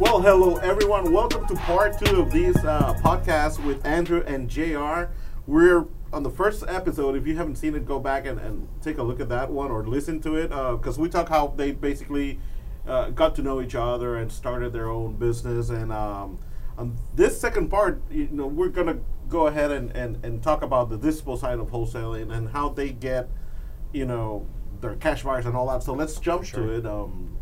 hello, everyone. Welcome to part two of this uh, podcast with Andrew and JR. We're on the first episode. If you haven't seen it, go back and, and take a look at that one or listen to it because we talk how they basically uh, got to know each other and started their own business. And um, on this second part, you know, we're gonna go ahead and, and, and talk about the disposal side of wholesaling and how they get, you know, their cash buyers and all that. So let's jump to it. Um,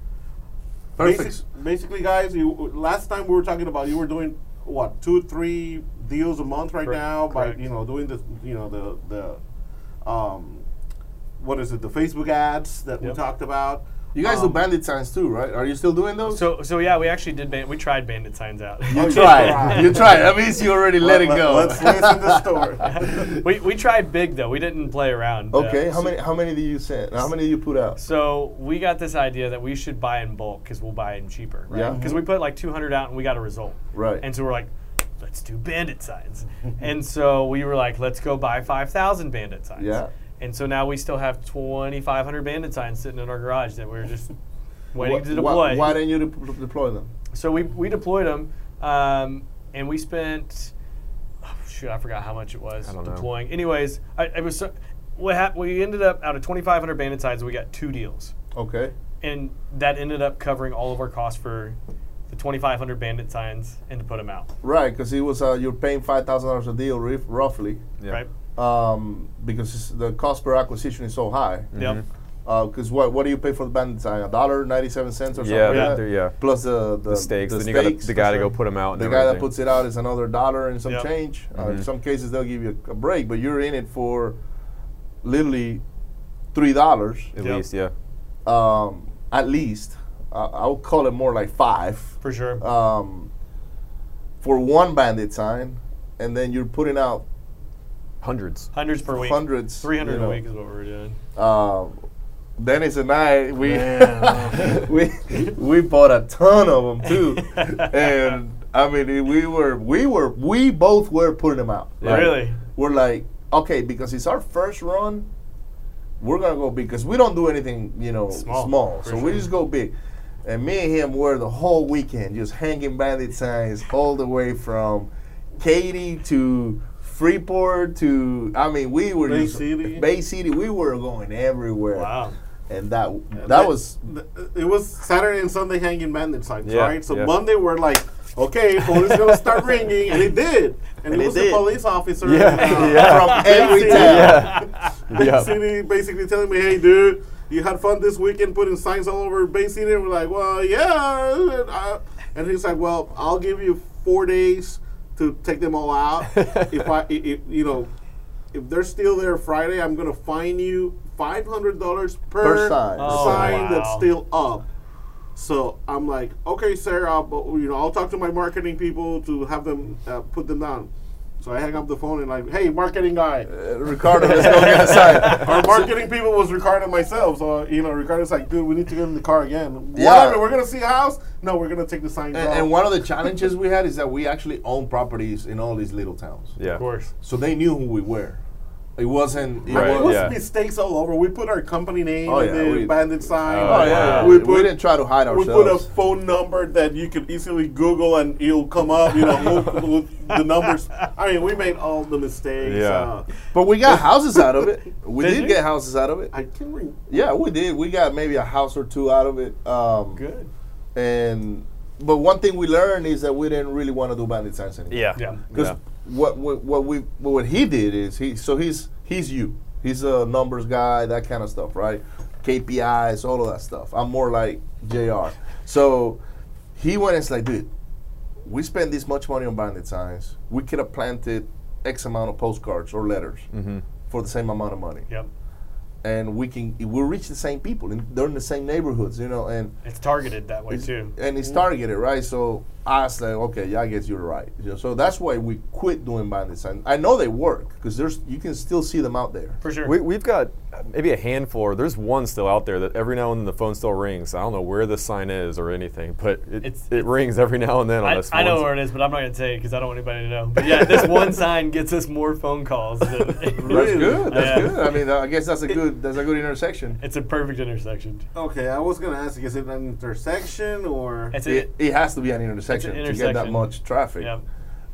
Perfect. Basic, basically, guys, you last time we were talking about you were doing what two, three deals a month right Correct. now Correct. by you know doing the you know the the um, what is it the Facebook ads that we Yep. talked about. You guys Um, do bandit signs too, right? Are you still doing those? So, so yeah, we actually did. Ban- we tried bandit signs out. you tried. you tried. That means you already let, it let- go. Let's listen to story. we, we tried big though. We didn't play around. uh, okay. so- How many? How many do you send? How many do you put out? So we got this idea that we should buy in bulk because we'll buy in cheaper. Right? Yeah. Because we put like 200 out and we got a result. Right. And so we're like, let's do bandit signs. and so we were like, let's go buy 5,000 bandit signs. Yeah. And so now we still have 2,500 bandit signs sitting in our garage that we're just waiting Wh- to why- deploy. Why, didn't you de- deploy them? so we, we deployed them um, and we spent oh, shoot i forgot how much it was I don't know. deploying anyways I, it was so, what hap- we ended up out of 2500 bandit sides we got two deals Okay. and that ended up covering all of our costs for the 2500 bandit signs and to put them out Right, because it was uh, you're paying five thousand dollars a deal, rif- roughly, Yeah. right um, because it's- the cost per acquisition is so high. Mm-hmm. yep Because what what do you pay for the bandit sign? A dollar ninety seven cents or something? Yeah, like the- that? the- yeah. Plus the the, The stakes, The then you gotta- stakes, the guy to for go put 'em out and The guy that everything. Mm-hmm. puts it out is another dollar and some Yep. change. Uh, in some cases they'll give you a break, but you're in it for literally three dollars At Yep. least, yeah. um, at least. Uh, I would call it more like five for sure Uh, um, for one bandit sign, and then you're putting out Hundreds. hundreds per week hundreds, 300 you a know. week is what we were doing Uh, Dennis and I, we we we bought a ton of them too, and I mean it- we were we were we both were putting them out. Yeah. really We're like, okay, because it's our first run, we're gonna go big because we don't do anything, you know, Small, small. for so sure. we just go big. And me and him were the whole weekend just hanging bandit signs all the way from Katy to Freeport to I mean we were Bay just- City. Bay City. We were going everywhere. wow And that that was Th- it was Saturday and Sunday hanging bandit signs, Yeah, right? So yeah. Monday we're like, okay, phone is gonna start ringing, and it did, and, And it it was did. the police officer. Yeah, uh, yeah. from every City. town. yeah. Bay Yeah. City basically telling me, hey, dude, you had fun this weekend putting signs all over Bay City. And we're like, well, yeah. And, I- and he's like, well, I'll give you four days to take them all out. if I, i- i- you know, if they're still there Friday, I'm gonna fine you five hundred dollars per, Per sign. Oh, sign that's wow. still up. So I'm like, okay, sir, I'll, bu- you know, I'll talk to my marketing people to have them uh, put them down. So I hang up the phone and like, hey, marketing guy, Uh, Ricardo, let's go get a sign. our marketing people was Ricardo and myself. So you know, Ricardo's like, dude, we need to get in the car again. Yeah. Whatever, we're gonna see a house. No, we're gonna take the sign And, down. and one of the challenges we had is that we actually own properties in all these little towns. Yeah. of course So they knew who we were. It wasn't. It Right, it was, was yeah. mistakes all over. We put our company name Oh, and yeah, the we- bandit sign. Oh, Oh yeah, yeah. We We, put- didn't try to hide We put a ourselves. phone number that you could easily Google and it'll come up. You know, with- with the numbers. I mean, we made all the mistakes. Yeah. Uh, but we got houses out of it. We Did did, you? get houses out of it. I can re- Yeah, we did. We got maybe a house or two out of it. Um, good And but one thing we learned is that we didn't really want to do bandit signs anymore. Yeah. Yeah. Because what, what what we what he did is he so he's he's you. He's a numbers guy, that kind of stuff, right? KPIs, all of that stuff. I'm more like JR. So he went and it's like, dude, we spent this much money on bandit signs. We could have planted X amount of postcards or letters Mm. Mm-hmm. for the same amount of money. yep And we can we'll reach the same people and they're in the same neighborhoods, you know, and it's targeted that way too and it's targeted, right? So I was like, okay, yeah, I guess you're right. You know, So that's why we quit doing bandit signs. I know they work because there's you can still see them out there. for sure We, we've got maybe a handful, or there's one still out there that every now and then the phone still rings. I don't know where the sign is or anything, but it, It's- it rings every now and then on I, this I know one. where it is, but I'm not going to say it because I don't want anybody to know. But yeah, this one sign gets us more phone calls. Than That's good. That's Yeah. good. I mean, I guess that's a good good. That's a good intersection. It's a perfect intersection. Okay, I was gonna ask, is it an intersection or? It's It, a, it has to be an intersection, to get that intersection. much traffic. yeah.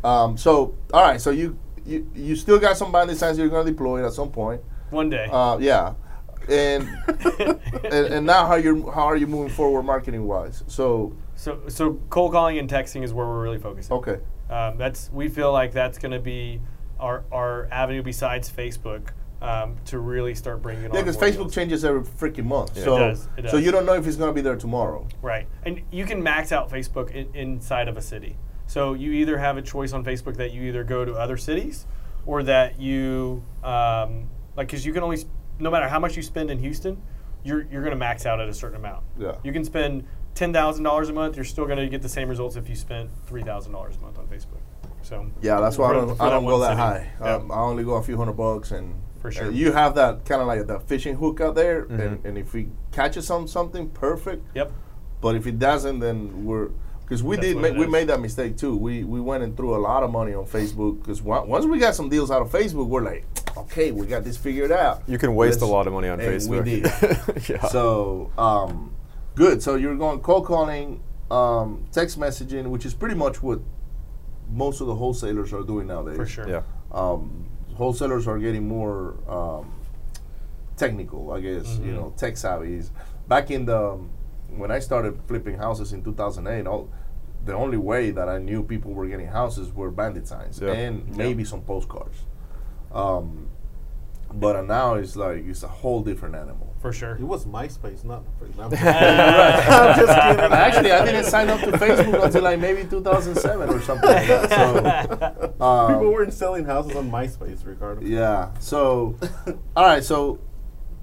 Um, so, all right. So you, you you still got some binding signs you're gonna deploy at some point. One day. Uh, yeah, and, and and now how you how are you moving forward marketing wise? So so so cold calling and texting is where we're really focusing. okay, Um, that's we feel like that's going to be our our avenue besides Facebook um, to really start bringing. yeah, on because more Facebook deals. changes every freaking month. Yeah. It so does, it so does. you don't know if it's gonna be there tomorrow. Right. And you can max out Facebook in, inside of a city. So you either have a choice on Facebook that you either go to other cities or that you, um, like, because you can only, s- no matter how much you spend in Houston, you're, you're going to max out at a certain amount. Yeah. You can spend $10,000 a month, you're still going to get the same results if you spent $3,000 a month on Facebook. So Yeah, that's why I for- don't for I don't one go that city. high. Yeah. Um, I only go a few hundred bucks and. For and sure. Mm-hmm. you have that kind of like that fishing hook out there, and, and if we catch some something, perfect. yep. But if it doesn't, then we're because we That's did what ma- it we is. made that mistake too. We we went and threw a lot of money on Facebook because once we got some deals out of Facebook, we're like, okay, we got this figured out. You can waste Let's- a lot of money on and Facebook. We did. yeah. So um, good. So you're going cold calling, um, text messaging, which is pretty much what most of the wholesalers are doing nowadays. For sure. yeah. Um, wholesalers are getting more um, technical, I guess. Mm-hmm. You know, tech savvy. Back in the um, when I started flipping houses in 2008, all, the only way that I knew people were getting houses were bandit signs Yeah. and maybe some postcards. Um, but uh, now it's like it's a whole different animal. For sure. It was MySpace, not. I'm just kidding. Actually, I didn't sign up to Facebook until like maybe 2007 or something like that. So, um, People weren't selling houses on MySpace, Ricardo. yeah. So, all right. So,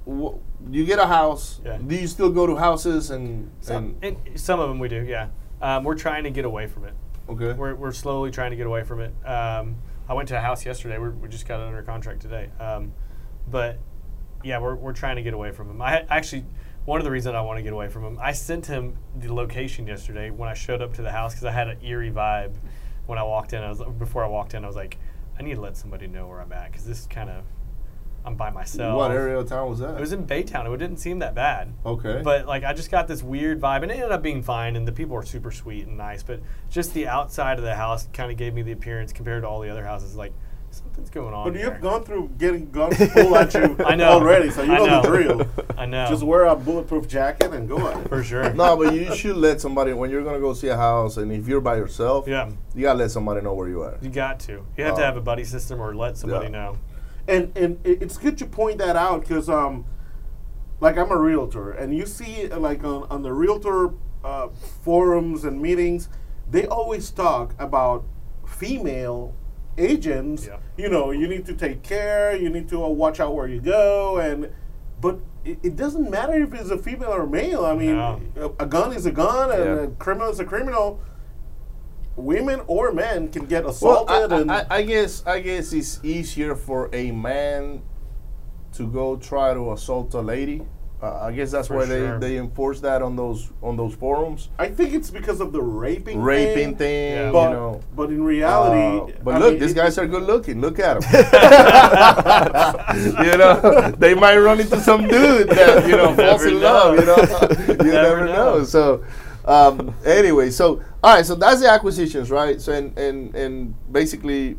wh- you get a house. Yeah. Do you still go to houses and, and And some of them we do, yeah. Um, we're trying to get away from it. okay? We're, we're slowly trying to get away from it. Um, I went to a house yesterday. We're, we just got it under contract today. Um, but yeah, we're, we're trying to get away from him. I had- actually, one of the reasons I want to get away from him, I sent him the location yesterday when I showed up to the house because I had an eerie vibe when I walked in. I was before I walked in, I was like, I need to let somebody know where I'm at because this kind of I'm by myself. What area of town was that? It was in Baytown. It didn't seem that bad. okay. But like I just got this weird vibe, and it ended up being fine, and the people were super sweet and nice. But just the outside of the house kind of gave me the appearance compared to all the other houses. Like something's going on. But you've here. gone through getting guns pulled at you I know. already, so you I know, the know. drill. I know. Just wear a bulletproof jacket and go at it. for sure. no, but you should let somebody when you're gonna go see a house, and if you're by yourself, Yeah, you gotta let somebody know where you are. you got to. You have to Oh. have a buddy system or let somebody Yeah. know. And and it- it's good you point that out because um, like I'm a realtor, and you see uh, like on on the realtor uh, forums and meetings, they always talk about female agents. Yeah. You know, you need to take care. You need to uh, watch out where you go, and but. It it doesn't matter if it's a female or male. I mean, No. a- a gun is a gun, and Yeah. a criminal is a criminal. Women or men can get Well, assaulted, I, and I, I- I guess I guess it's easier for a man to go try to assault a lady. Uh, I guess that's For why sure. they, they enforce that on those on those forums, I think it's because of the raping, thing. raping thing. Yeah. You But, know, but in Uh, reality, but I look, mean, these it- guys are good looking. Look at them. you know, they might run into some dude that you know You falls never in love. You know, you never, Never know. know. So, um, anyway, so all right, so that's the acquisitions, right? So, and and and basically,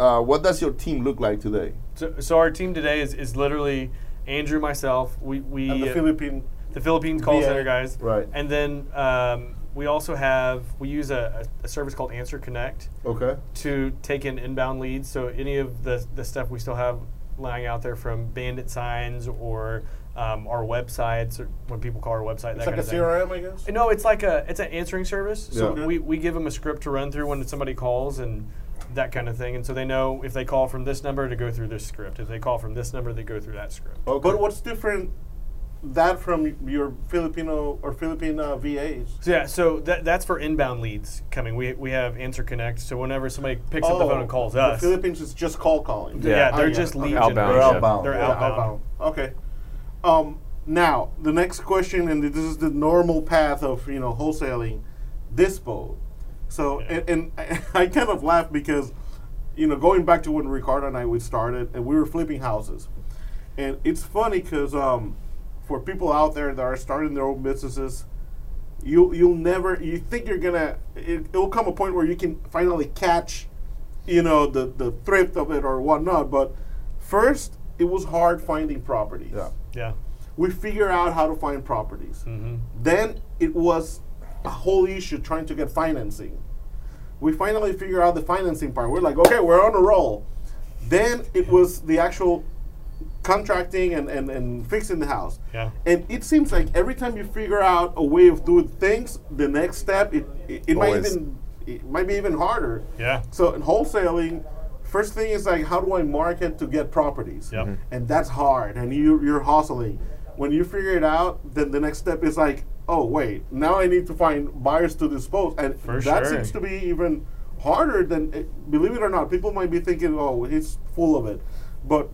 uh, what does your team look like today? So, so our team today is, is literally Andrew, myself. We we uh, and the Philippine. the Philippines call Yeah. center guys. Right. And then um, we also have we use a, a, a service called Answer Connect. Okay. to take in inbound leads. So any of the, the stuff we still have lying out there from bandit signs or um, our websites or when people call our website. It's that like kind a of thing. CRM, I guess. No, it's like a it's an answering service. So Yeah. we, we give them a script to run through when somebody calls and that kind of thing, and so they know if they call from this number to go through this script. If they call from this number, they go through that script. Okay. But what's different that from your Filipino or Philippine uh, VAs? So yeah, so that, that's for inbound leads coming. We we have Answer Connect. So whenever somebody picks up the phone and calls us, Oh, The Philippines is just call calling. Yeah. yeah, I they're get just it. lead Okay. Outbound, generation. They're outbound, They're yeah. outbound. outbound. Okay. Um, now the next question, and this is the normal path of you know wholesaling, dispo. So and, and I, kind of laugh because, you know, going back to when Ricardo and I we started and we were flipping houses, And it's funny because um, for people out there that are starting their own businesses, you you'll never you think you're gonna it, it'll come a point where you can finally catch, you know, the the thrift of it or whatnot. But first, it was hard finding properties. Yeah. Yeah. We figure out how to find properties. Mm-hmm. Then it was a whole issue trying to get financing. We finally figure out the financing part. We're like, okay, we're on a roll. Then it was the actual contracting and, and, and fixing the house. Yeah. And it seems like every time you figure out a way of doing things, the next step it, it, it might Always. even it might be even harder. Yeah. So in wholesaling, first thing is like how do I market to get properties? Yep. Mhm. And that's hard and you you're hustling. When you figure it out, then the next step is like, oh wait, now I need to find buyers to dispose and For that sure. seems to be even harder than eh, believe it or not, people might be thinking, oh, he's full of it. But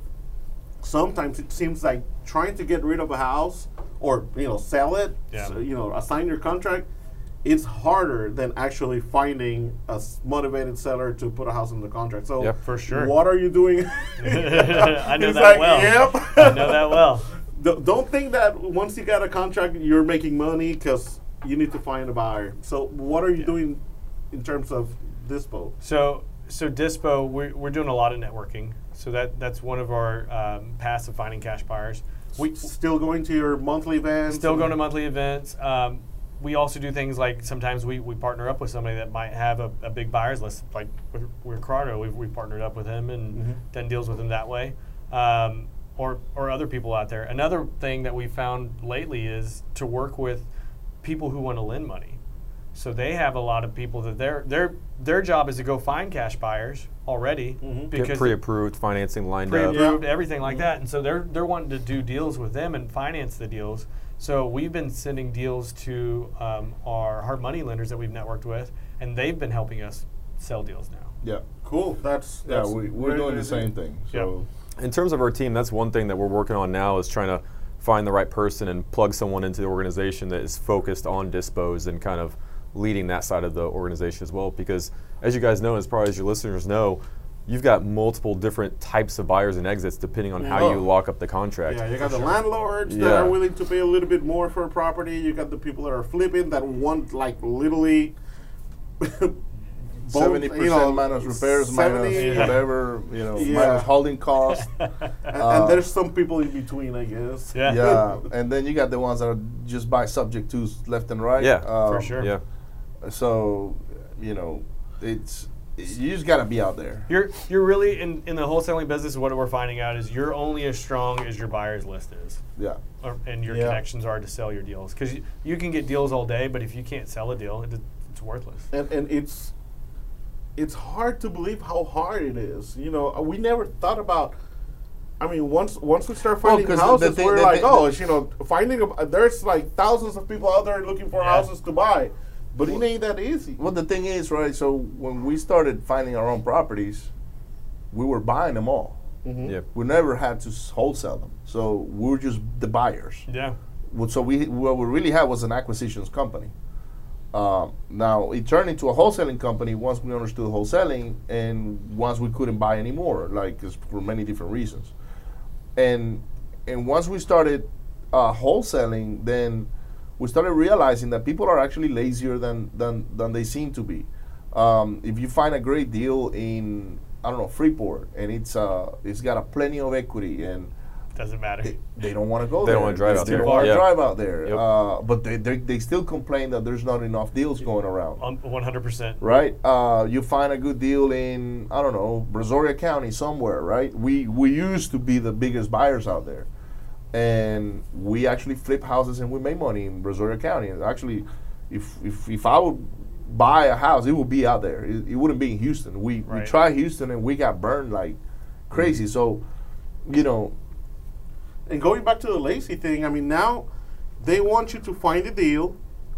sometimes it seems like trying to get rid of a house or you know sell it Yeah. so, you know assign your contract it's harder than actually finding a s- motivated seller to put a house in the contract so Yeah, for sure. what are you doing I know He's that like, well. "Yep." I know that well. D- don't think that once you got a contract you're making money because you need to find a buyer so what are you doing in terms of dispo So so Dispo, we're, we're doing a lot of networking. So that that's one of our um, paths of finding cash buyers. We still going to your monthly events still going to monthly events. Um, we also do things like sometimes we, we partner up with somebody that might have a, a big buyer's list, like with with Ricardo. We've, we've partnered up with him and done deals with him that way, um, or, or other people out there. Another thing that we found lately is to work with people who want to lend money. So they have a lot of people that their their their job is to go find cash buyers already Get because pre-approved financing lined up. pre-approved, everything like that. And so they're they're wanting to do deals with them and finance the deals. So we've been sending deals to um, our hard money lenders that we've networked with, and they've been helping us sell deals now. Yeah. cool that's, Yeah, that's we, we're very doing the good. same thing. So in terms of our team, that's one thing that we're working on now is trying to find the right person and plug someone into the organization that is focused on dispos and kind of leading that side of the organization as well. Because as you guys know, as probably as your listeners know, you've got multiple different types of buyers and exits depending on how you Oh. lock up the contract. Yeah, you got the landlords that Yeah. are willing to pay a little bit more for a property. You got the people that are flipping that want like literally seventy you know, percent minus 70, repairs, minus yeah. whatever, you know, Yeah. minus holding costs. and, and there's some people in between, I guess. Yeah. yeah, and then you got the ones that are just by subject to left and right. Yeah, For Um, sure. Yeah. So, you know, it's you just got to be out there. You're you're really in, in the wholesaling business. What we're finding out is you're only as strong as your buyer's list is, Yeah. or, and your Yeah. connections are to sell your deals. Because you, you can get deals all day, but if you can't sell a deal, it, it's worthless. and and it's it's hard to believe how hard it is. You know, uh, we never thought about. I mean, once once we start finding 'cause the- houses, the thing- we're the like, thing- oh, it's, you know, finding a, uh, there's like thousands of people out there looking for Yeah. houses to buy, but it ain't that easy. Well, the thing is, right? So when we started finding our own properties, we were buying them all. Mm-hmm. Yeah. We never had to s- wholesale them. So we were just the buyers. Yeah. Well, So we what we really had was an acquisitions company. Um, now it turned into a wholesaling company once we understood wholesaling and once we couldn't buy anymore, like 'cause for many different reasons. And and once we started uh, wholesaling, then we started realizing that people are actually lazier than than, than they seem to be. Um, if you find a great deal in I don't know Freeport and it's uh, it's got a plenty of equity and Doesn't matter. they don't want to go They there. don't wanna drive out They there. don't want to Yeah. drive out there. Yep. Uh, but they, they, they still complain that there's not enough deals going around. Um, One hundred percent. Right? Uh, you find a good deal in, I don't know, Brazoria County somewhere, right? We, we used to be the biggest buyers out there. And we actually flip houses and we make money in Brazoria County. And actually, if, if, if I would buy a house, it would be out there. It, it wouldn't be in Houston. We, Right. we tried Houston and we got burned like crazy. So, you know, And going back to the lazy thing, I mean, now they want you to find a deal.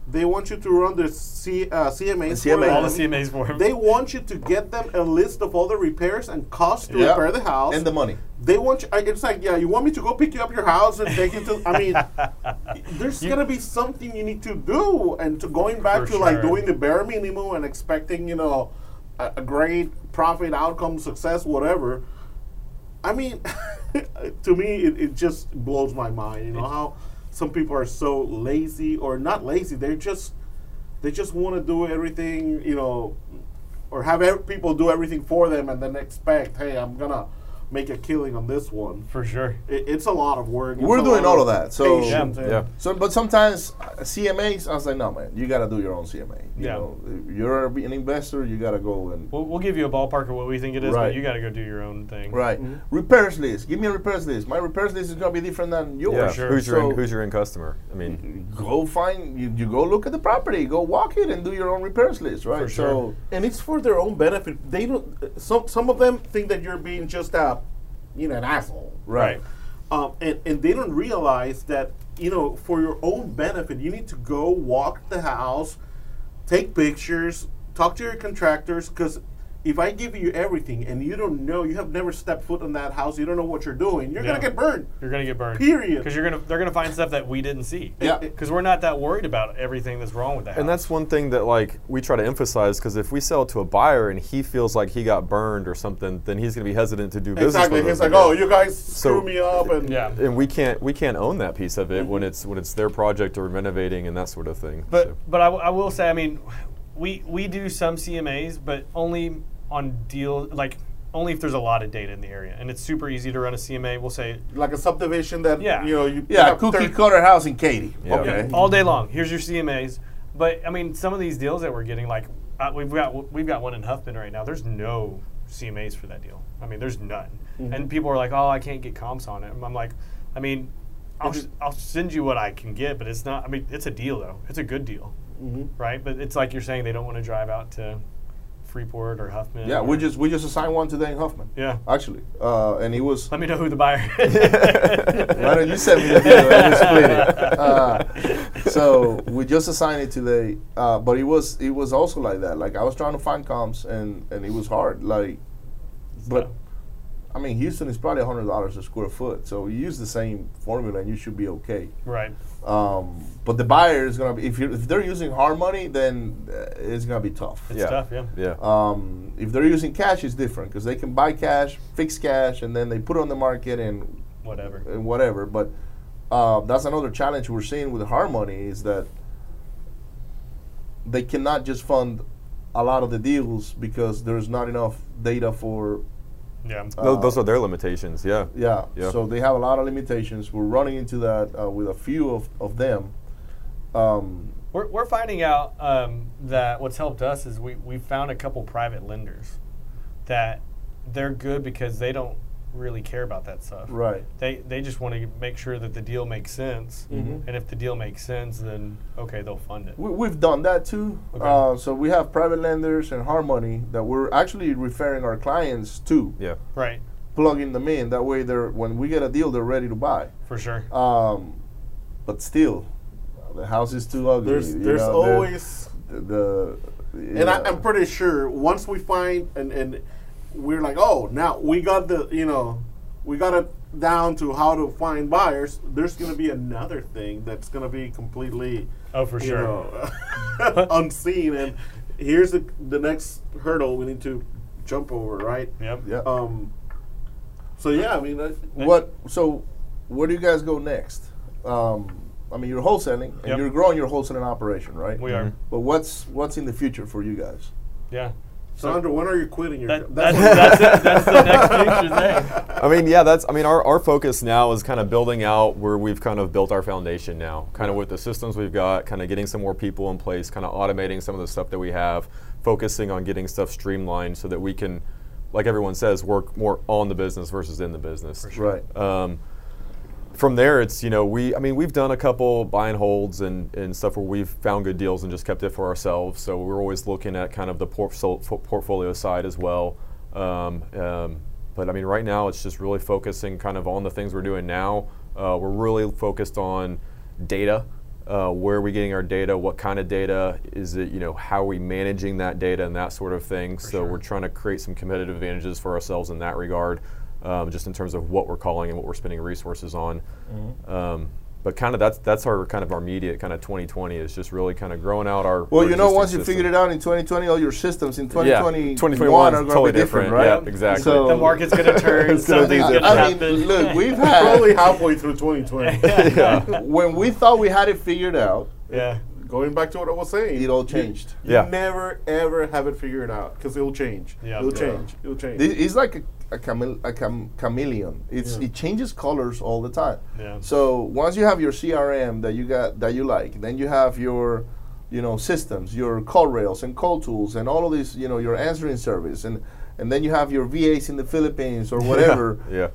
They want you to run the C, uh, CMAs. for CMA. them. All the CMAs for him. They want you to get them a list of all the repairs and costs to Yeah. repair the house. and the money. they want you. I- It's like, yeah, you want me to go pick you up your house and take you to. I mean, there's gonna be something you need to do, and to going back For to like sure. doing the bare minimum and expecting, you know, a, a great profit outcome, success, whatever. I mean, to me, it, it just blows my mind. You know how some people are so lazy or not lazy. They're just they just want to do everything. You know, or have ev- people do everything for them and then expect, hey, I'm gonna make a killing on this one. for sure. It, it's a lot of work. We're It's a doing lot all of that, so- patience Yeah. and- Yeah. So, but sometimes uh, CMAs, I was like, no, man, you got to do your own CMA. You Yeah. know, if you're an investor, you got to go and We'll, we'll give you a ballpark of what we think it is, Right. but you got to go do your own thing. right repairs list. Give me a repairs list. My repairs list is gonna be different than yours. yeah. sure. Who's your So- in, who's your end customer? I mean, Go find you, you. go look at the property. Go walk it and do your own repairs list. Right. For sure. So and it's for their own benefit. They don't. uh, Some some of them think that you're being just a, you know, an asshole, right. um, and and they don't realize that you know for your own benefit you need to go walk the house, take pictures, talk to your contractors because. If I give you everything and you don't know, you have never stepped foot in that house, you don't know what you're doing, you're gonna Yeah. get burned. You're gonna get burned. Period. Because you're gonna they're gonna find stuff that we didn't see. Yeah. Because we're not that worried about everything that's wrong with that. and that's one thing that like we try to emphasize because if we sell to a buyer and he feels like he got burned or something, then he's going to be hesitant to do business. Exactly. with us He's like, again. oh, you guys screw me up, and yeah. Mm-hmm. and we can't we can't own that piece of it when it's when it's their project or renovating and that sort of thing. But So- but I, w- I will say I mean, we we do some CMAs, but only on deal like only if there's a lot of data in the area, and it's super easy to run a CMA. We'll say like a subdivision that Yeah. you know you Yeah. have Cookie thirty- cutter house in Katy. Yeah. Okay. all day long. Here's your CMAs. But I mean, some of these deals that we're getting, like uh, we've got we've got one in Huffman right now. There's no CMAs for that deal. I mean, there's none. Mm-hmm. And people are like, "Oh, I can't get comps on it." And I'm like, I mean, I'll, Mm-hmm. s- I'll send you what I can get, but it's not. I mean, it's a deal though. It's a good deal, Mm-hmm. right? But it's like you're saying they don't want to drive out to Freeport or Huffman. Yeah. or- We just we just assigned one today in Huffman. yeah. Actually, uh, and he was. Let me know who the buyer is. Why don't you send me the video and we split it? Uh, so we just assigned it today, uh, but it was it was also like that. Like I was trying to find comps and and it was hard. Like, but I mean Houston is probably hundred dollars a square foot, so you use the same formula and you should be okay. right. Um, but the buyer is gonna be if you if they're using hard money, then uh, it's gonna be tough. It's Yeah. tough. Yeah. yeah, Um, if they're using cash, it's different because they can buy cash, fix cash, and then they put it on the market and Whatever. and whatever. But uh, that's another challenge we're seeing with hard money is that they cannot just fund a lot of the deals because there's not enough data for Yeah. uh, Tho- those are their limitations. Yeah, yeah. Yeah. So they have a lot of limitations. We're running into that uh, with a few of, of them. Um, We're, we're finding out um, that what's helped us is we, we found a couple private lenders that they're good because they don't really care about that stuff. right. They, they just want to make sure that the deal makes sense. Mm. And if the deal makes sense, then okay, they'll fund it. Mm-hmm. We, we've done that too. Okay. Uh, so we have private lenders and hard money that we're actually referring our clients to, yeah. Right, plugging them in. That way, they're when we get a deal, they're ready to buy. for sure. Um, but still, the house is too ugly. There's you there's know, the- always the. and I, I'm pretty sure once we find and and we're like oh now we got the you know we got it down to how to find buyers. There's gonna be another thing that's gonna be completely Oh, for you sure. know, unseen and here's the the next hurdle we need to jump over right. Yep. yeah. Um. So yeah, I mean. I, what? So, where do you guys go next? Um, I mean, you're wholesaling and Yep. you're growing your wholesaling operation, right? We are. But what's what's in the future for you guys? Yeah. Sandra, when are you quitting your That, job? that's, That's that's, it. That's the next future thing. I mean, yeah, that's, I mean, our, our focus now is kind of building out where we've kind of built our foundation now, kind of with the systems we've got, kind of getting some more people in place, kind of automating some of the stuff that we have, focusing on getting stuff streamlined so that we can, like everyone says, work more on the business versus in the business. Right. Um, from there, it's you know we I mean we've done a couple buy and holds and, and stuff where we've found good deals and just kept it for ourselves. So we're always looking at kind of the por- so- fo- portfolio side as well. Um, um, but I mean, right now it's just really focusing kind of on the things we're doing now. Uh, we're really focused on data. Uh, where are we getting our data? What kind of data is it? You know, how are we managing that data and that sort of thing? so we're trying to create some competitive advantages for ourselves in that Mm-hmm. regard um, just in terms of what we're calling and what we're spending resources on. Um, But kind of that's that's our kind of our immediate kind of 2020 is just really kind of growing out our. Well, our you know, existing once you system. figured it out in 2020, all your systems in 2021 2021 are going to totally be different, different, right? yeah, exactly. So- the market's going to turn. It's gonna something's be- going to I mean, happen. look, we've Probably had halfway through 2020. when we thought we had it figured out, yeah. Going back to what I was saying, it all changed. You Yeah. never ever have it figured out because it'll change. Yeah. it'll Yeah. change. It'll change. Thi- It's like a, a, chame- a cham- chameleon. It's Yeah. it changes colors all the time. Yeah. So once you have your CRM that you got that you like, then you have your you know systems, your call rails and call tools and all of these, you know, your answering service and and then you have your VAs in the Philippines or whatever. Yeah.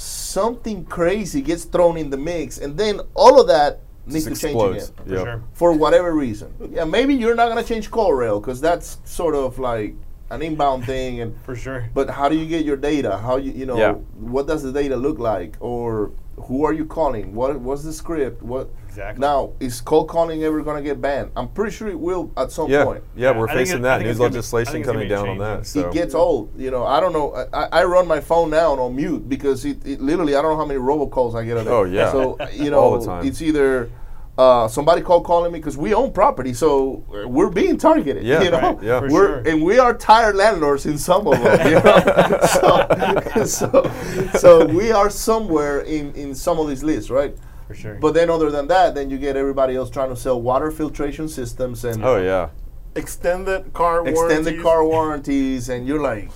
Something crazy gets thrown in the mix and then all of that needs Just to explodes. change again For Yep. sure. for whatever reason. Yeah, maybe you're not gonna change call rail because that's sort of like an inbound thing, and For sure. but how do you get your data? How you you know Yeah. what does the data look like, or who are you calling? What what's the script? What Exactly. now is cold calling ever gonna get banned? I'm pretty sure it will at some Yeah, point. yeah, we're I think facing it- I that think new it's gonna be- I legislation think it's gonna coming be a down on change. that. It So It gets old, you know. I don't know. I- I, I run my phone now on mute because it, it literally I don't know how many robocalls I get a day. Oh, yeah. So you know, All the time. it's either uh, somebody call calling me because we own property, so uh, we're being targeted. Yeah, you know? right, yeah. For We're sure. and we are tired landlords in some of them. you know? so, so so we are somewhere in in some of these lists, right? For sure. But then, other than that, then you get everybody else trying to sell water filtration systems and oh yeah, extended car extended warranties. car warranties, and you're like.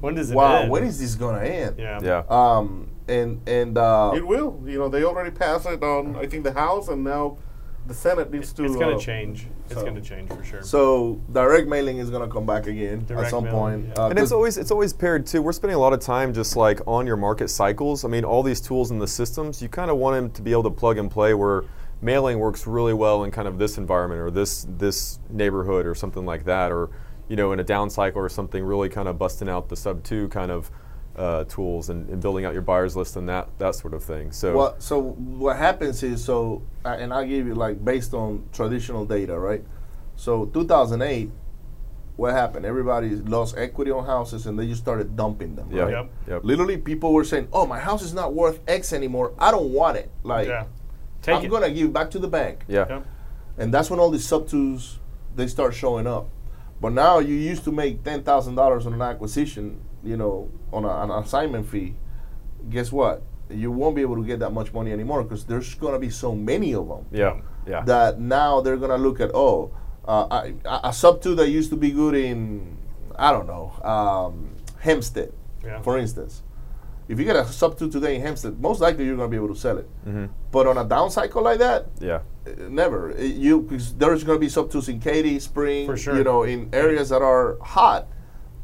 when does it Wow, end? when is this gonna end? yeah. yeah. Um, and and uh, It will. You know, they already passed it on. I think the House and now the Senate needs to. It's going uh, to change. It's so- going to change for sure. so direct mailing is gonna come back again at Direct some mailing, point. yeah. Uh, and it's 'cause- always it's always paired too. We're spending a lot of time just like on your market cycles. I mean, all these tools and the systems, you kind of want them to be able to plug and play where mailing works really well in kind of this environment or this this neighborhood or something like that, or you know, in a down cycle or something, really kind of busting out the sub two kind of uh, tools and, and building out your buyers list and that that sort of thing. So what so what happens is so uh, and I'll give you like based on traditional data, right? So 2008, what happened? Everybody lost equity on houses and they just started dumping them. yeah, right? Yep. yep. Literally, people were saying, "Oh, my house is not worth X anymore. I don't want it. Like, yeah. Take I'm it. gonna give back to the bank." yeah, Yep. and that's when all these sub twos they start showing up. But now you used to make ten thousand dollars on an acquisition, you know, on a, an assignment fee. Guess what? You won't be able to get that much money anymore because there's gonna be so many of them yeah, yeah, that now they're gonna look at oh, uh, I- a, a sub two that used to be good in I don't know um, Hempstead, Yeah. for instance. If you get a sub two today in Hempstead, most likely you're gonna be able to sell it. But on a down cycle like that, Mm-hmm. yeah. uh, never. Uh, You 'cause there's going to be substitutes in Katy, Spring, For sure. you know, in areas that are hot,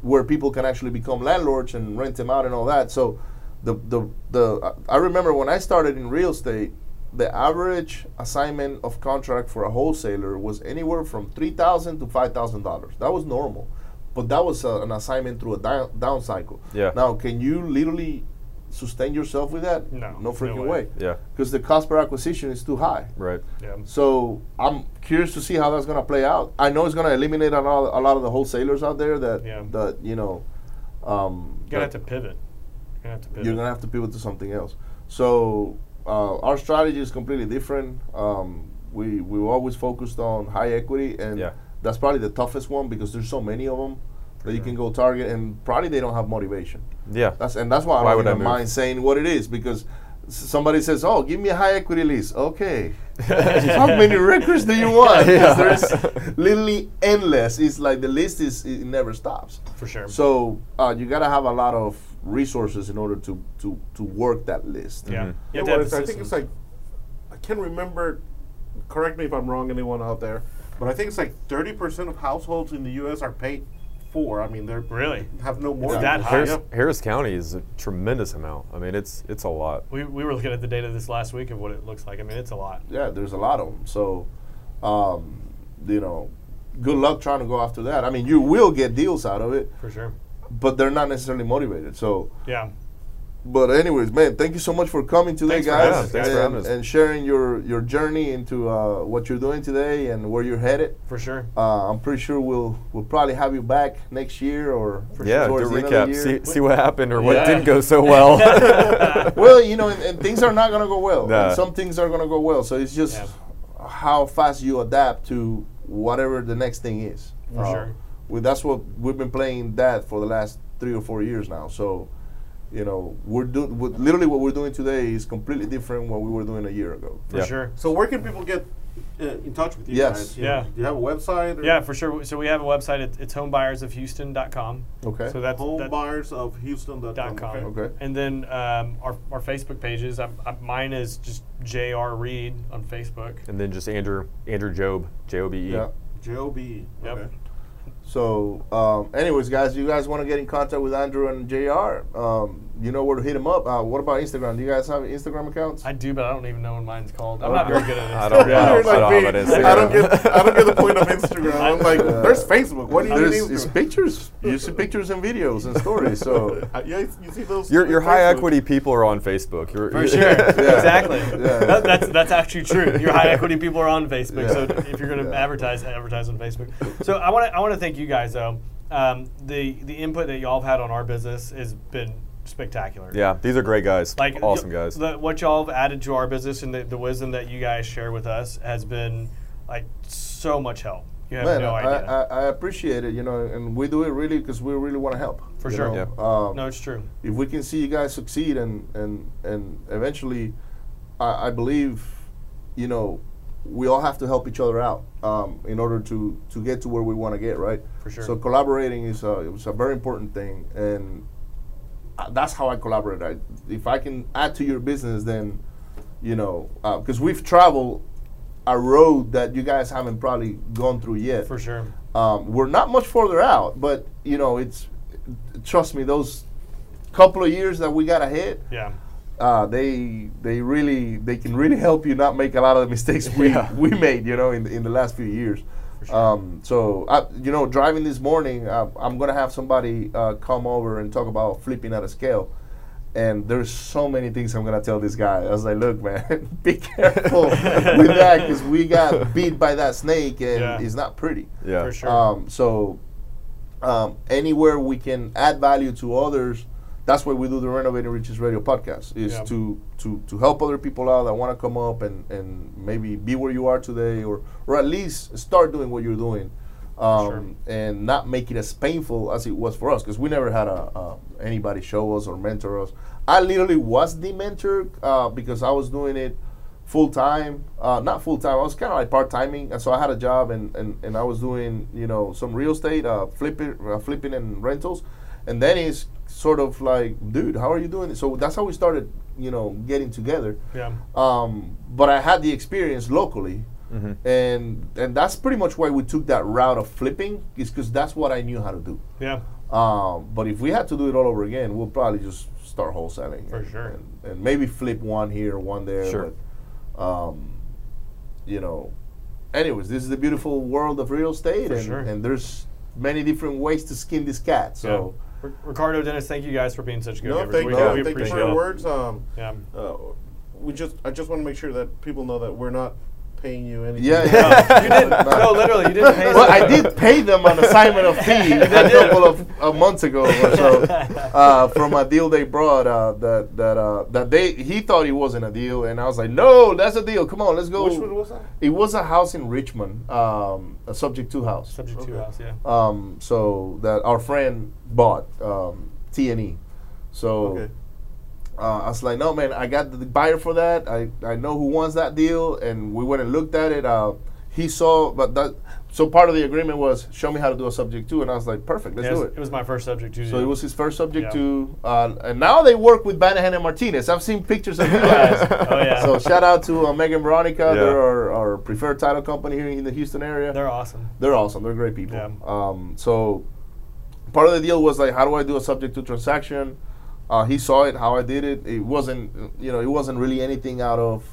where people can actually become landlords and rent them out and all that. So, the the the I- I remember when I started in real estate, the average assignment of contract for a wholesaler was anywhere from three thousand to five thousand dollars. That was normal, but that was uh, an assignment through a down, down cycle. Yeah. Now, can you literally sustain yourself with that? No, no no freaking way. way. Yeah. Because the cost per acquisition is too high. Right. Yeah. So I'm curious to see how that's going to play out. I know it's going to eliminate a lot, a lot of the wholesalers out there that Yeah. that you know um, You're going to have that to pivot. You're going to have to pivot. you're going to have to pivot to something else. So uh, our strategy is completely different. Um, we we were always focused on high equity, and Yeah. that's probably the toughest one because there's so many of them that you can go target, and probably they don't have motivation. Yeah. That's and that's why I Why don't would even I move? mind saying what it is because s- somebody says, "Oh, give me a high equity lease." Okay, how many records do you want? 'Cause There's literally endless. It's like the list is it never stops. for sure. So uh, you gotta have a lot of resources in order to to to work that list. yeah. You It have to have was, the I think it's systems. like, I can't remember, correct me if I'm wrong, anyone out there, but I think it's like 30% of households in the U.S. are paid for. I mean, they're Really? have no mortgage. that high? Harris, Yeah. Harris County is a tremendous amount. I mean, it's it's a lot. we, we were looking at the data this last week of what it looks like. I mean, it's a lot. yeah, there's a lot of them. So, um, you know, good luck trying to go after that. I mean, you will get deals out of it, For sure. but they're not necessarily motivated. So. Yeah. But anyways, man, thank you so much for coming today, Thanks for guys, having us. Thanks for and, having us. and sharing your your journey into uh, what you're doing today and where you're headed. for sure. Uh, I'm pretty sure we'll we'll probably have you back next year or yeah, do a towards the end of the recap. year. See, see what happened or what Yeah. didn't go so well. well, you know, and, and things are not going to go well. and Nah. some things are going to go well. So it's just how fast you adapt to whatever the next thing is. Um, For sure. we- that's what we've been playing that for the last three or four years now. So, you know, we're doing literally what we're doing today is completely different what we were doing a year ago. For Yeah. sure. So where can people get uh, in touch with you Yes. guys? You Yeah. Do you have a website? Or Yeah, for sure. So we have a website. It, it's homebuyersofhouston.com. Okay. So that's Home that- buyers of Houston. dot com. Okay. And then um, our, our Facebook pages. I'm, i mine is just J.R. Reed on Facebook. and then just Andrew Andrew Job J O B E. yeah. J-O-B. Yep. Okay. So, um, anyways, guys, you guys want to get in contact with Andrew and Jr. Um, you know where to hit him up. Uh, what about Instagram? Do you guys have Instagram accounts? I do, but I don't even know what mine's called. I'm not very good at it. I don't know. You're like I me. don't have an Instagram. I don't get. I don't get the point of Instagram. I'm like, there's Facebook. What do you There's- need it's Instagram? pictures. You see pictures and videos and stories. So, Uh, yeah, you see those. Your, your on high Facebook. equity people are on Facebook. You're, For sure. Exactly. Yeah. That- that's that's actually true. Your high equity people are on Facebook. Yeah. So if you're going to Yeah. advertise, advertise on Facebook. So I want to I want to thank you guys though. Um, the the input that y'all have had on our business has been spectacular. Yeah, these are great guys. Like awesome y- guys. The, what y'all have added to our business and the, the wisdom that you guys share with us has been like so much help. You have man, no I, idea. I, I appreciate it. You know, and we do it really because we really want to help. For you sure. know. Yeah. Um, no, it's true. if we can see you guys succeed and and and eventually I, I believe you know we all have to help each other out um, in order to to get to where we want to get right For sure. so collaborating is a, it was a very important thing and uh, that's how I collaborate I, if I can add to your business then you know because we've traveled a road that you guys haven't probably gone through yet For sure. um, we're not much further out, but you know, it's trust me, those couple of years that we got ahead, Yeah. uh, they they really they can really help you not make a lot of the mistakes we, we made, you know, in the, in the last few years. Um, so I, you know, driving this morning, uh, I'm gonna have somebody uh, come over and talk about flipping at a scale. And there's so many things I'm gonna tell this guy. I was like, look, man, be careful with that because we got beat by that snake, and Yeah. it's not pretty. yeah. For sure. Um, so um, anywhere we can add value to others, that's why we do the Renovating Riches Radio podcast is Yeah. to, to to help other people out that want to come up and, and maybe be where you are today or or at least start doing what you're doing. Um, And not make it as painful as it was for us, because we never had a, uh, anybody show us or mentor us. I literally was the mentor uh, because I was doing it full time, uh, not full time. I was kind of like part timing, and so I had a job, and, and, and I was doing you know some real estate, uh, flipping, uh, flipping and rentals, and then it's sort of like, dude, how are you doing? this? So that's how we started, you know, getting together. yeah. Um, but I had the experience locally, Mm-hmm. and and that's pretty much why we took that route of flipping, is because that's what I knew how to do. Yeah. Um, but if we had to do it all over again, we'll probably just start wholesaling. For and, sure. And, and maybe flip one here, one there. Sure. But, um, you know, anyways, this is the beautiful world of real estate, For and, sure. and there's many different ways to skin this cat. So, Yeah. R- Ricardo, Dennis, thank you guys for being such good No, neighbors. thank we, you. we thank you appreciate for your it. words. Um, Yeah. uh, we just. I just want to make sure that people know that we're not paying you anything. yeah, yeah. You didn't. No, literally, you didn't pay. well, us. I did pay them an assignment of fee a couple of uh, months ago or so uh, from a deal they brought uh, that that uh, that they he thought it wasn't a deal, and I was like, no, that's a deal. Come on, let's go. Which one was that? It was a house in Richmond, um, a subject to house. Subject to Okay. house, yeah. Um, so that our friend bought um, T and E. So Okay. uh, I was like, no, man, I got the buyer for that. I, I know who wants that deal. And we went and looked at it. Uh, he saw, but that, so part of the agreement was show me how to do a subject two. And I was like, perfect, let's Yeah, it, do was, it. it was my first subject too. so it was his first subject Yeah. two. Uh, and now they work with Banahan and Martinez. I've seen pictures of you guys. Oh yeah. so shout out to uh, Megan Veronica. Yeah. They're our, our preferred title company here in the Houston area they're awesome. they're awesome. They're great people. Yeah. Um, so part of the deal was like, how do I do a subject to transaction? Uh, he saw it, how I did it. It wasn't, you know, it wasn't really anything out of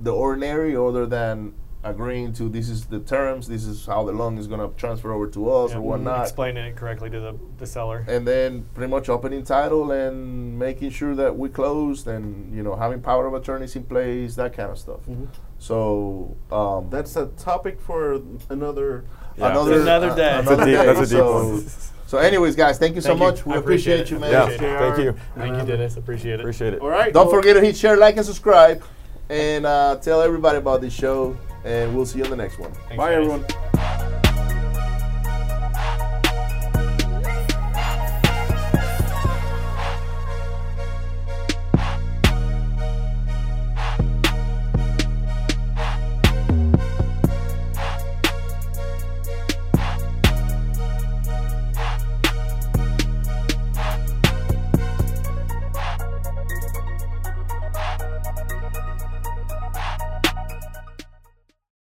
the ordinary, other than agreeing to this is the terms, this is how the loan is going to transfer over to us Yeah, or whatnot. Explaining it correctly to the, the seller. and then pretty much opening title and making sure that we closed and you know having power of attorneys in place that kind of stuff Mm-hmm. so um, That's a topic for another. Yeah. another Another uh, day. That's a deep- that's a deep so, one. so anyways guys thank you so Thank you. much we I appreciate appreciate, it. you man Yeah, Appreciate it. thank you. Thank you, Dennis. Appreciate it. Appreciate it. All right. don't well, forget to hit share like and subscribe and uh, tell everybody about this show and we'll see you on the next one Thanks, Bye, guys. everyone.